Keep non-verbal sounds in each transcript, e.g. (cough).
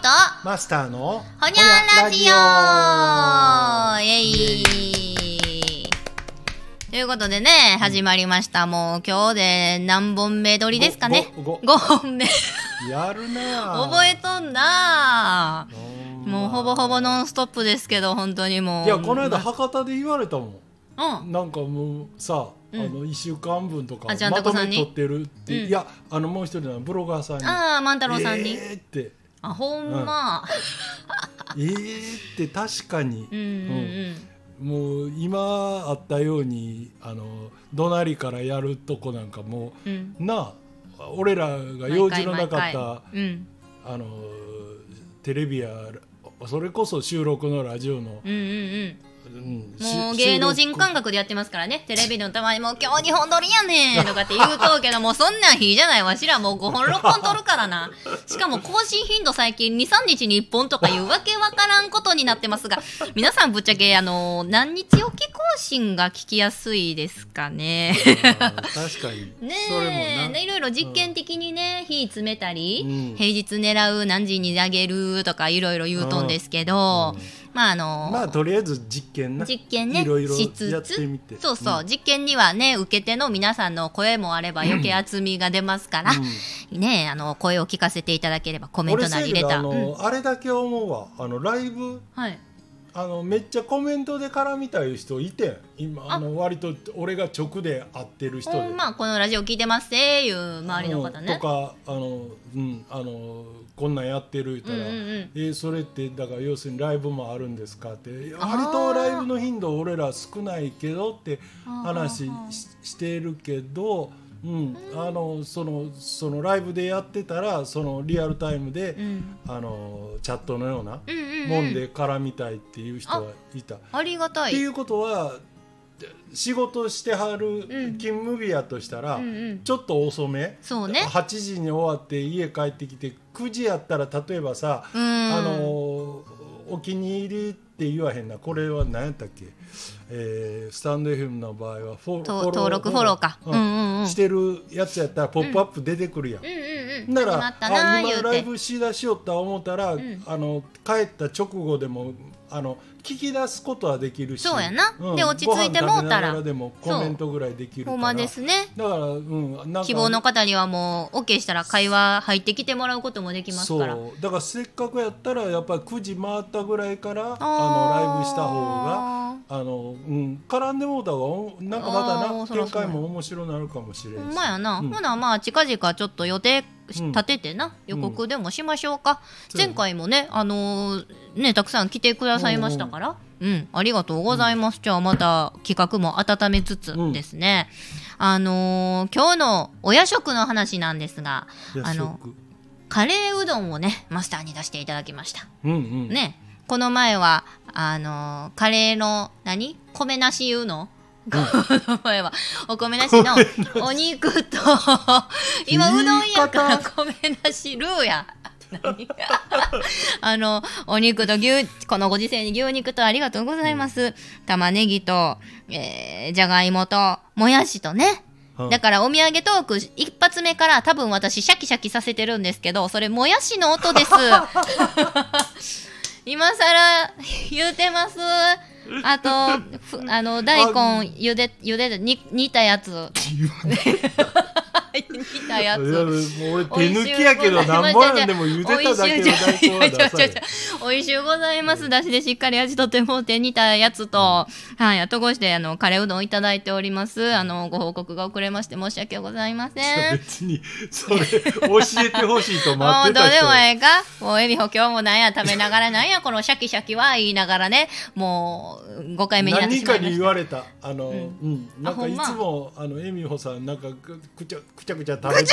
とマスターのほにゃんラジオイエイイということでね、始まりました。もう今日で何本目撮りですかねごごご5本目。やるな覚えとんなもうほぼほぼのノンストップですけど、本当にもう。いやこの間博多で言われたもうんん。なんかもうさ、うんあの1週間分とかあちゃんまとことさめんに取ってるって、うんいやあのもう一人のブロガーさんにああ、万太郎さんに。えーってあ、ほんま。えーって確かに、うんうんもう今あったようにあの怒鳴りからやるとこなんかもうん。ううん。なあ俺らが用事のなかっ毎回た毎回うん。あのテレビやそれこそ収録のラジオの、うんうんうん。うんしもう芸能人感覚でやってますからね。テレビのたまにもう今日2本撮りやねんとかって言うとうけど、もうそんなんいいじゃないわしらもう5本6本撮るからな。しかも更新頻度最近2、3日に1本とかいうわけわからんことになってますが、皆さんぶっちゃけ、あのー何日おき更新が聞きやすいですかね。あー確かにね (laughs) それもなえ、ねいろいろ実験的にね、火詰めたり、うん平日狙う何時にあげるとかいろいろ言うとんですけど、うんまああのーまあとりあえず実験な実験ねいろいろしつつやってみてそうそう、ん実験にはね受け手の皆さんの声もあれば余計厚みが出ますから、ねあの声を聞かせていただければコメント俺なせりいレでタあー、の、うんあれだけ思うわあのライブはい、あのめっちゃコメントで絡みたい人いてん今ああの割と俺が直で会ってる人でほんまこのラジオ聞いてますっていう周りの方うねんとかあの、うん、あのこんなんやってる言ったら、うんうんうんえーそれってだから要するにライブもあるんですかって割あーとライブの頻度俺ら少ないけどって話しあーあーしてるけど、うん、あのそのそのライブでやってたらそのリアルタイムで、うんあのチャットのようなうんうんうんもんで絡みたいっていう人はいた。ありがたっいていうことは仕事してはるうん勤務日やとしたら、うんうんちょっと遅めそうね8時に終わって家帰ってきて9時やったら例えばさ、うんあのお気に入りって言わへんなこれは何やったっけ、えースタンド FM の場合はフォローフとォロー登録フォローかうんうんうんうんしてるやつやったら「ポップアップ出てくるやん。うんうんうんな始まらったなあー言今うライてブしだしよった思ったら、んあの帰った直後でもあの聞き出すことはできるしそうやなうんで落ち着いてもうたらご飯食べながでもコメントぐらいできるからほんまですねだから、うん、なんか希望の方にはもう OK したら会話入ってきてもらうこともできますからそうだからせっかくやったらやっぱり9時回ったぐらいからああーのライブした方があの、うん、絡んでもうた方がなんかあまーたそなら展そう開やも面白なるかもしれんしほんまやな、うんほなまあ近々ちょっと予定しうん立ててな、予告でもしましょうか、そうやな前回もねあのーねたくさん来てくださいましたからうん、ありがとうございます、じゃあまた企画も温めつつですね、あのー今日のお夜食の話なんですがいやあのショックカレーうどんをねマスターに出していただきましたうんうん、ねこの前はあのーカレーの何米なし言うの、 (laughs) この前はお米なしのお肉と今うどんやから米なしルーや。何 (laughs) あのお肉と牛このご時世に牛肉とありがとうございます、玉ねぎと、えー、じゃがいもともやしとねうんだからお土産トーク一発目から多分私シャキシャキさせてるんですけどそれもやしの音です (laughs) 今さら言うてますあとふあの大根茹で茹でるに煮た (laughs) やつ (laughs) 煮たやいやもつう俺手抜きやけどなんぼやんでも茹でただけの大根は出されおいしゅうございます。だしでしっかり味とってもうて煮たやつと、はい、あとごして、あの、カレーうどんいただいております。あの、ご報告が遅れまして申し訳ございませ (laughs) ん。別にそ (laughs) れ教えてほしいとも待っうてどうたで人もやええかもうエビホ今日もなんや食べながらなんやこのシャキシャキは言いながらねもう5回目になって何しまかいまにし言たわれたあの、うんあなんほかんいまつもあのエミホさんなんかくくちゃくちゃくちゃ食べてる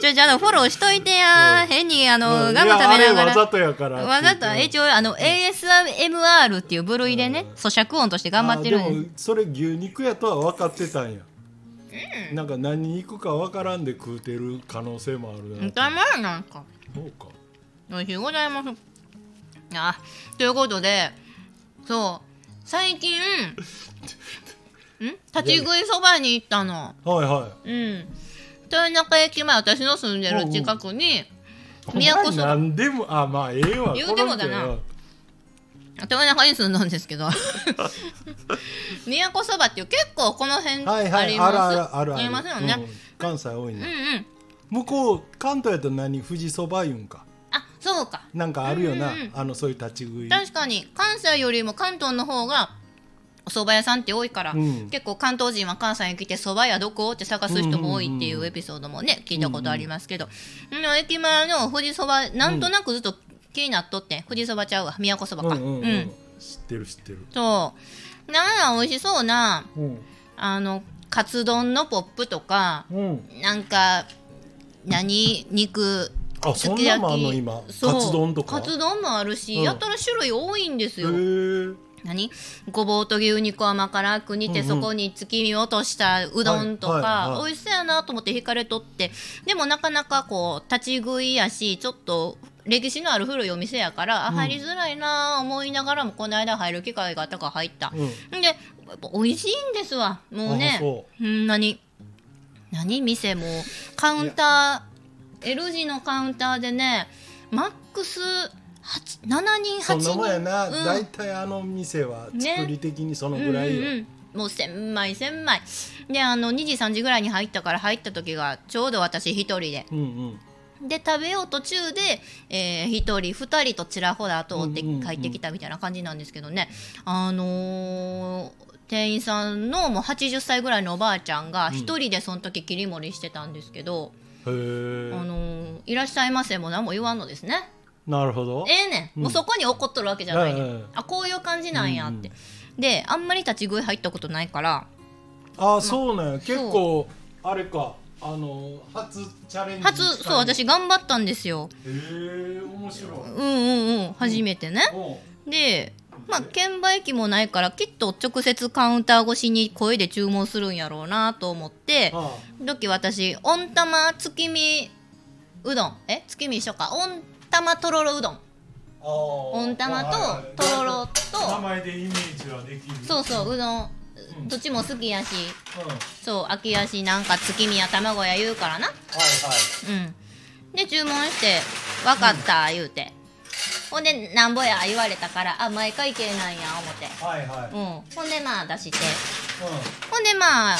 ちょじゃあのフォローしといてや変にあのガいム食べやなあがれわざらとやからわざと一応あの ASMR っていう部類でね咀嚼音として頑張ってるんあですでもそれ牛肉やとは分かってたんや、なんか何肉か分からんで食うてる可能性もあるな見たまえなんかそうかおいしゅうございますあということでそう (laughs) 最近ん立ち食いそばに行ったのはいはうん豊中駅前私の住んでる近くに宮古お前そば何でもあまあええわ言うてもだなこの人よ頭の中に住んだんですけ (laughs) ど宮古そばっていう結構この辺はいはあいりあまるす、あるあるあるありますよね、うん関西多いうんね、うん向こう関東やと何富士そば言うんかあそうかなんかあるよな、うんうんうんあのそういう立ち食い確かに関西よりも関東の方がお蕎麦屋さんって多いから、うん結構関東人は関西に来て蕎麦屋どこって探す人も多いっていうエピソードもね聞いたことありますけど、うん駅前の富士そばなんとなくずっと気になっとって、富士そばちゃうわ宮古そばうんか、うんうん、うん知ってる知ってる、そうなんや美味しそうなうんあのカツ丼のポップとかうん、なんか何肉あすそんきな焼もんあんのき今カツそう丼とかカツ丼もあるし、うんやたら種類多いんですよ、へえ何ごぼうと牛肉甘辛く煮て、うんうんそこに月見落としたうどんとか、はいはいはい美味しそうやなと思って惹かれとってでもなかなかこう立ち食いやしちょっと歴史のある古いお店やから、あうん入りづらいなあ思いながらもこの間入る機会があったから入った、うんん、でやっぱ美味しいんですわもうあねそほんなに何店もカウンター L 字のカウンターでねマックス八7人そ8ん人なもんやな、うん大体あの店はね作り的にそのぐらいよ、うんうんうんもう千枚千枚であの2時3時ぐらいに入ったから入った時がちょうど私一人でうんうんで食べよう途中で、え1人2人とちらほらと追ってうんうんうん帰ってきたみたいな感じなんですけどね、あのー店員さんのもう80歳ぐらいのおばあちゃんがうん一人でその時切り盛りしてたんですけどへえ「あのーいらっしゃいませ」も何も言わんのですね。なるほどええねん、もうそこに怒っとるわけじゃないねん、うんうんあこういう感じなんやって、であんまり立ち食い入ったことないからあそうなんや結構あれかあの初チャレンジ初そう私頑張ったんですよへえ面白いうんうんうん初めてね、おうでまあ券売機もないからきっと直接カウンター越しに声で注文するんやろうなと思ってあ時私温玉月見うどんえ月見一緒か温玉とろろうどんあ温温玉ととろろ名と前でイメージはできるそうそううどんうんどっちも好きやしそう秋やしなんか月見や卵や言うからなううん、で注文して「分かった」言うて、ほんで「なんぼや」言われたから「あ毎回系なんや」思って、んはいはいはいはいうん、ほんでまあ出してうんほんでまあ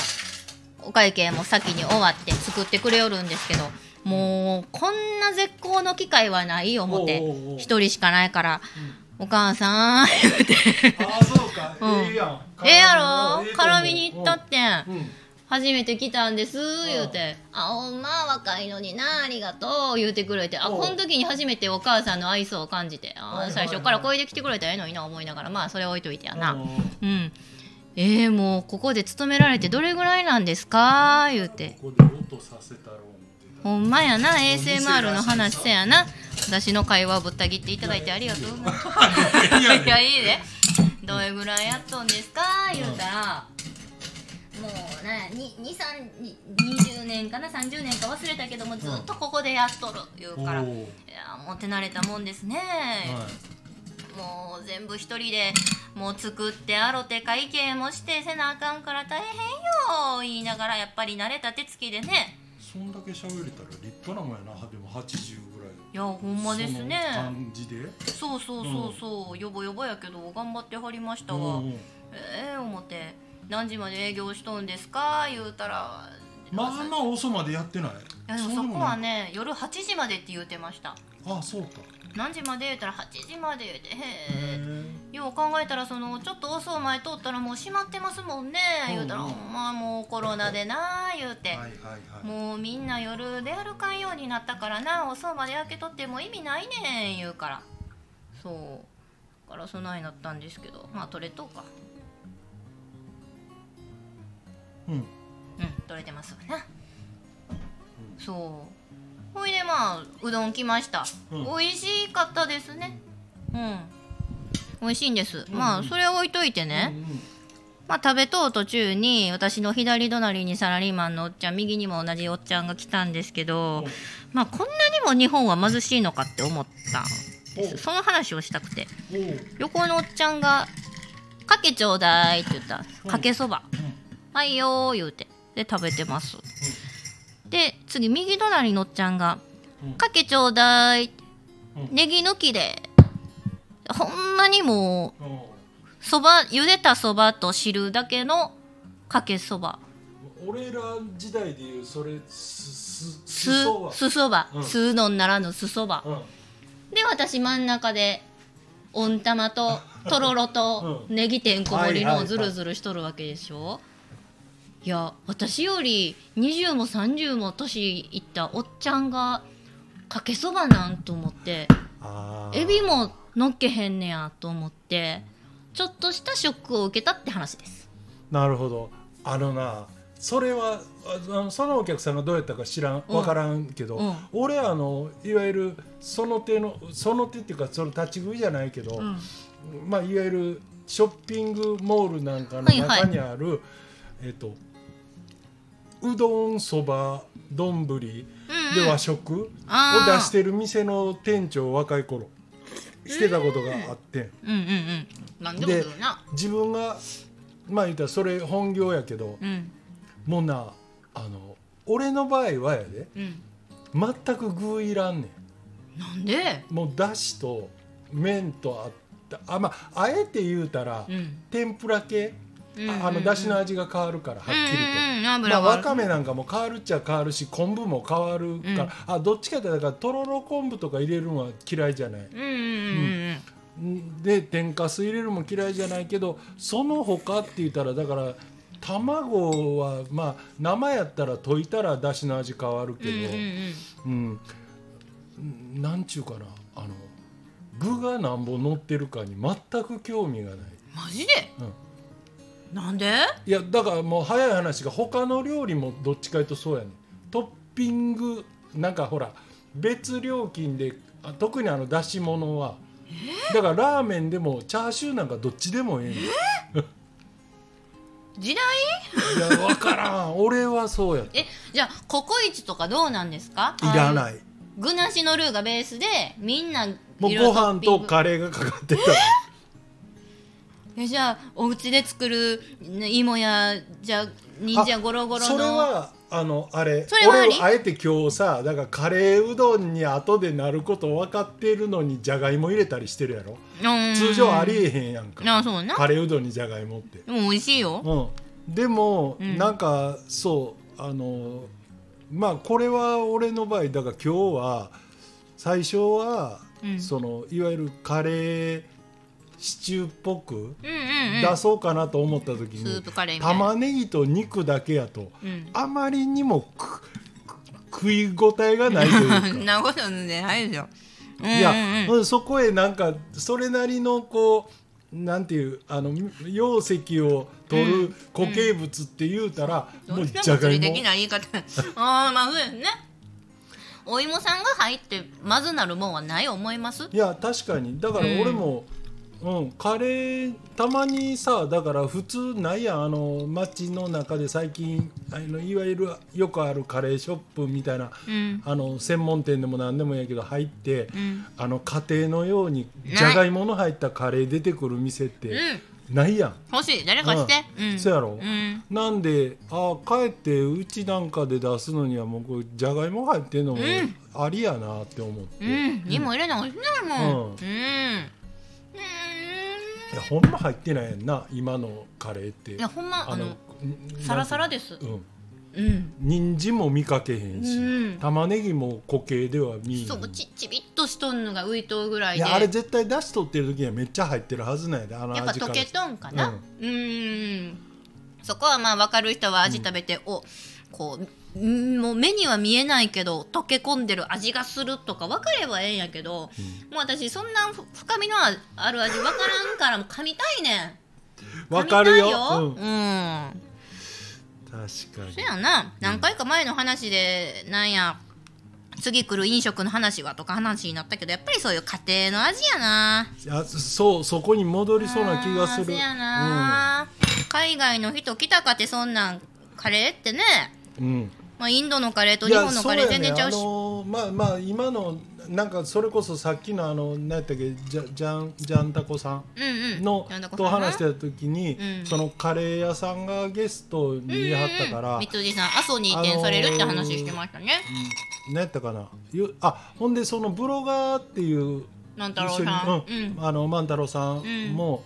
お会計も先に終わって作ってくれよるんですけどもうこんな絶好の機会はない思っておうおうおう一人しかないから「お母さん」言うてああそうかうんええやん (laughs) 「ええやろ絡絡みみにに行行っったたっってん」うんうん初めて来たんです言うて「あおまあ若いのになありがとう」言うてくれてあおうこの時に初めてお母さんの愛想を感じはていはいあはい最初から声で来てくれたらええのにな思いながらまあそれは置いといてやうなんうんえー、もうここで勤められてどれぐらいなんですか言うてここで音させたろう思ってたほんまやな ASMR の話せやな私の会話をぶった切っていただいてありがとうございますいやい (laughs) いややいいねどれぐらいやっとんですか言うたら、もうねににさんに20年かな30年か忘れたけどもずっとここでやっとる言うから、おいうやもう手慣れたもんですね、はいもう全部一人でもう作ってあろて会計もしてせなあかんから大変よ言いながらやっぱり慣れた手つきでねそんだけ喋れたら立派なもんやなでも80ぐらいいやほんまですねその感じでそうそうそうそうよぼよぼやけど頑張ってはりましたわ、うんうんええ思って何時まで営業しとんですか言うたらまあまあ遅までやってないいやでもうそでもこないはね夜8時までって言うてましたあそうか何時まで言うたら8時まで言うてへえへよう考えたらそのちょっと遅い前通ったらもう閉まってますもんねうん言うたらうんまあもうコロナでな言うえてはいはいはいもうみんな夜出歩かんようになったからな遅うまで開けとっても意味ないねん言うからそうだからそないなったんですけどまあ取れとうかうんうん取れてますわな、そうほいでまあうどん来ました、うん美味しかったですねうん美味しいんです、んまあそれは置いといてね、うんうんまあ食べとう途中に私の左隣にサラリーマンのおっちゃん右にも同じおっちゃんが来たんですけどおまあこんなにも日本は貧しいのかって思ったんですおその話をしたくておううん横のおっちゃんが「かけちょうだい」って言ったうんかけそばうんはいよー言うてで食べてますで次右隣のおっちゃんが「うんかけちょうだいうんネギ抜きでほんまにもうんうそば茹でたそばと汁だけのかけそば俺ら時代でいうそれすすすすそばすそばうんすうどんならぬすそばうんで私真ん中で温 (laughs) 玉ととろろとうんネギてんこ盛りはいはいはのいズルズルしとるわけでしょいや私より20も30も年いったおっちゃんがかけそばなんと思ってあーエビものっけへんねやと思ってちょっとしたショックを受けたって話ですなるほどあのなそれはああのそのお客さんがどうやったか知らんうん分からんけど、うん俺あのいわゆるその手のその手っていうかその立ち食いじゃないけど、うんまあ、いわゆるショッピングモールなんかのはいはい中にある、えっとうどんそば丼でうん和食をあー出してる店の店長を若い頃してたことがあって、うんうんうんなんでもするな自分がまあ言ったらそれ本業やけど、うんもうなあの俺の場合はやでうん全く具いらんねなんでんもうだしと麺とあったあまああえて言うたら、うん天ぷら系、うんうんうんああのだしの味が変わるからはっきりうんうんうんと、油まあ、はわかめなんかも変わるっちゃ変わるし昆布も変わるから、あどっちかってだからとろろ昆布とか入れるのは嫌いじゃないうんうんうんで天かす入れるも嫌いじゃないけどその他って言ったらだから卵はまあ生やったら溶いたらだしの味変わるけうんうんうんど、うんなんちゅうかなあの具がなんぼ乗ってるかに全く興味がない。マジで、なんでいやだからもう早い話が他の料理もどっちかいうとそうやねんトッピングなんかほら別料金であ特にあの出し物はだからラーメンでもチャーシューなんかどっちでもええねん時代いや分からん俺はそうやっえじゃあココイチとかどうなんですかたいらいない具なしのルーがベースでみんなもういろいごろ飯とトッピングカレーがかかってたえじゃあお家で作るね芋やじゃあ忍者ゴロゴロのそれはあのあれそれはあり俺あえて今日さだからカレーうどんに後でなること分かってるのにじゃがいも入れたりしてるやろうん通常ありえへんやんかあそうなカレーうどんにじゃがいもってでも美味しいよ、うん、でも、うんなんかそうあのまあこれは俺の場合だから今日は最初は、うんそのいわゆるカレーシチューっぽくうん、うんうん出そうかなと思った時スに、ープカレーみたいな、玉ねぎと肉だけやとうんあまりにもくく食い応えがないと (laughs) いうかそんなことじゃないでしょうんうんうんいや、そこへなんかそれなりのこうなんていうあの溶石を取うるん固形物って言うたら、どもうんなじゃが物い理も的な言い方 (laughs) ああまあそうですねお芋さんが入ってまずなるもんはない思いますいや確かにだから俺も、うんカレーたまにさだから普通ないやんあの街の中で最近あのいわゆるよくあるカレーショップみたいなうんあの専門店でも何でもいいんやけど入って、んあの家庭のようにないじゃがいもの入ったカレー出てくる店ってないやん。欲しい誰かしてうんうんそうやろうんなんでああ帰ってうちなんかで出すのにはもうこれじゃがいも入ってんのもうんありやなって思って、ういん芋入れなおいしないもんうんうんうんやほんま入ってないやんな今のカレーっていやほんまあのんサラサラですうんうん人参も見かけへんし、うん玉ねぎも固形では見えへんそうちちびっとしとんのが浮いとうぐらいいでやあれ絶対出しとってる時にはめっちゃ入ってるはずなんやであのやっぱ味か溶らけとんかなううんんそこはまあ分かる人は味食べて、おこうんもう目には見えないけど溶け込んでる味がするとか分かればええんやけど、もう私そんなふ深みのあある味分からんからもう噛みたいねんわかるよ噛みたいうよんうん、確そかやな何回か前の話でなんや次来る飲食の話はとか話になったけどやっぱりそういう家庭の味やなにあそうそこに戻りそうな気がすあーるせやな、海外の人来たかってそんなんカレーってね、うん、うんまあ、インドのカレーとい日や本のカレー全然ちゃうしそうやねあのーまあまあ今のなんかそれこそさっきのあの何やったっけじゃじゃんじゃんたこさんうんうんのなんだかと話してうんた時に、うんそのカレー屋さんがゲストに言いはったから、うんうん三辻さん阿蘇に移転されるって話してましたね、何やったかなゆあほんでそのブロガーっていう万太一郎緒にさん、うんうんあの万太郎さうんんも、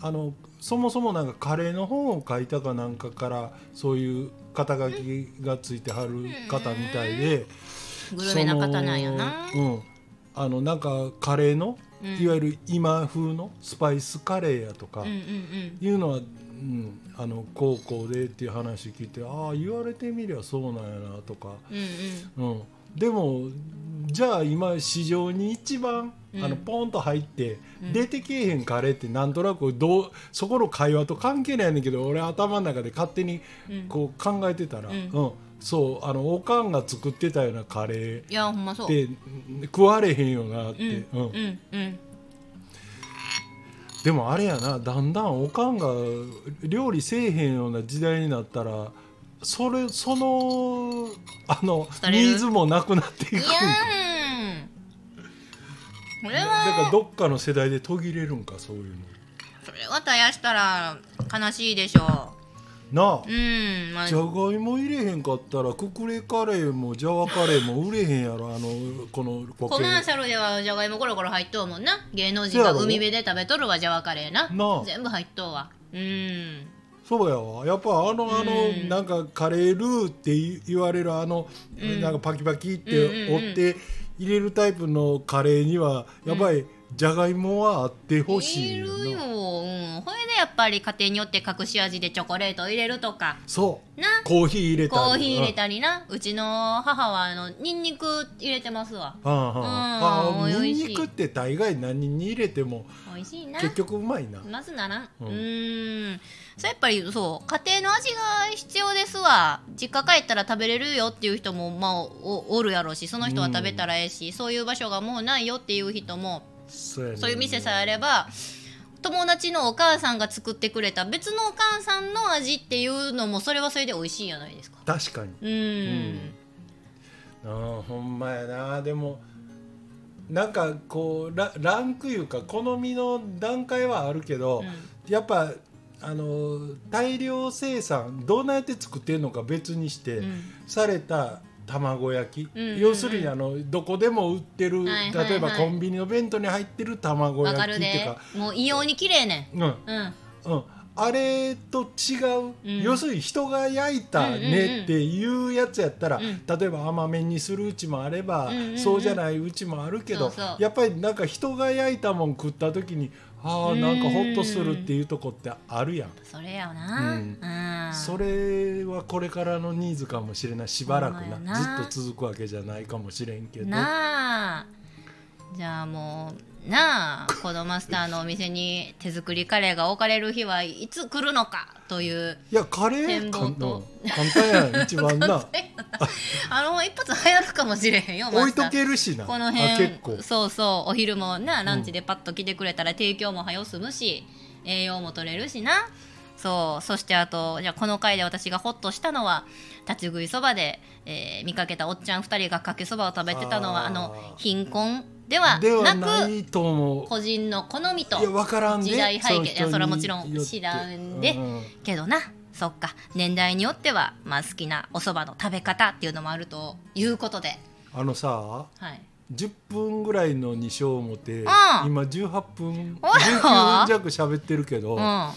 あのそもそもなんかカレーの本を書いたかなんかからそういう肩書きがついてはる方みたいで、グルメな方なんやなそのうん、あのなんかカレーの、うんいわゆる今風のスパイスカレーやとか、うんうんうんいうのは、うん、あの高校でっていう話聞いてああ言われてみりゃそうなんやなとか、うんうんうん、でもじゃあ今市場に一番、うんあのポンと入って、うん出てけえへんカレーってなんとなくどうそこの会話と関係ないねんだけど俺頭の中で勝手にうんこう考えてたら、ううんんそうあのおかんが作ってたようなカレーいやほんまそうってうん食われへんよなって、うんううんんうんでもあれやなだんだんおかんが料理せえへんような時代になったらそれそのあの疲ニれるーズもなくなっていくいんやーんこれだはからどっかの世代で途切れるんかそういうそれは絶やしたら悲しいでしょのなあううんまあじゃがいも入れへんかったらククレカレーもジャワカレーも売れへんやろあのこのココケマーシャルではじゃがいもコロコロ入っとうもんな芸能人が海辺で食べとるわじゃわカレーななあ全部入っとうわうんそうやわやっぱあのあの、うんなんかカレールーってい言われるあの、うんなんかパキパキっうんてうんうん折って入れるタイプのカレーにはやっぱりじゃがいもはあってほしいるよなよ、うん、これでやっぱり家庭によって隠し味でチョコレートを入れるとかそうなコーヒー入れたりコーヒー入れたりなうちの母はあのニンニク入れてますわあああああうんあ美ニン味しいニクって大概何に入れても美味しいな結局うまいなまずならんううんーんそうやっぱりそう家庭の味が必要ですわ実家帰ったら食べれるよっていう人もまあおおるやろうしその人は食べたらええし、そういう場所がもうないよっていう人もそうやねそういう店さえあれば友達のお母さんが作ってくれた別のお母さんの味っていうのもそれはそれで美味しいじゃないですか確かにうーんうんああほんまやなでもなんかこうラランクいうか好みの段階はあるけど、うんやっぱあの大量生産どうやって作ってるのか別にして、うんされた卵焼き、うんうんうん要するにあのどこでも売ってる、はいはいはい例えばコンビニの弁当に入ってる卵わ、焼かきっるていうでかもう異様に綺麗ねうんうんうん、あれと違う、うん要するに人が焼いたねっていうやつやったら、うんうん例えば甘めにするうちもあれば、うんうんうんそうじゃないうちもあるけどそうそうやっぱりなんか人が焼いたもん食った時にあうーんなんかホッとするっていうとこってあるやん、それやなううんん、それはこれからのニーズかもしれないしばらくほんまなやなずっと続くわけじゃないかもしれんけどなあじゃあもうなあこのマスターのお店に手作りカレーが置かれる日はいつ来るのかといういやカレー展望かとうん簡単やん一 (laughs) 番なあの一発流行るかもしれへんよ (laughs) マ置スいターとけるしなこのあ結構辺そうそうお昼もなランチでパッと来てくれたら提供も早う済むし栄養も取れるしなそうそしてあとじゃあこの回で私がホッとしたのは立ち食いそばで、えー見かけたおっちゃん2人がかけそばを食べてたのはあーあの貧困ではではなくないと思う個人の好みといや分からんね時代背景の人いやそれはもちろんによって知らんでううけどなそっか年代によっては、まあ、好きなおそばの食べ方っていうのもあるということであのさはい10分ぐらいの2章表、今18分ほら19分弱喋ってるけど、うん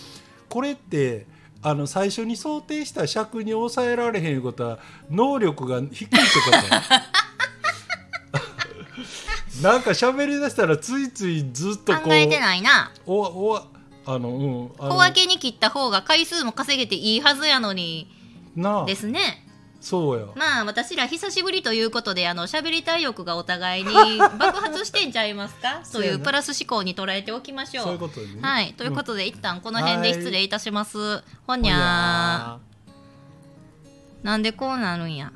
これってあの最初に想定した尺に抑えられへんいうことは能力が低いってこと (laughs) なんか喋りだしたらついついずっとこう考えてないなおわおわあのうんあの小分けに切った方が回数も稼げていいはずやのになあですねそうや、まあ私ら久しぶりということであの喋りたい欲がお互いに (laughs) 爆発してんちゃいますかそとういやなうプラス思考に捉えておきましょうそういうことにねはいということで、一旦この辺で失礼いたしますほとにゃーなんでこうなるんや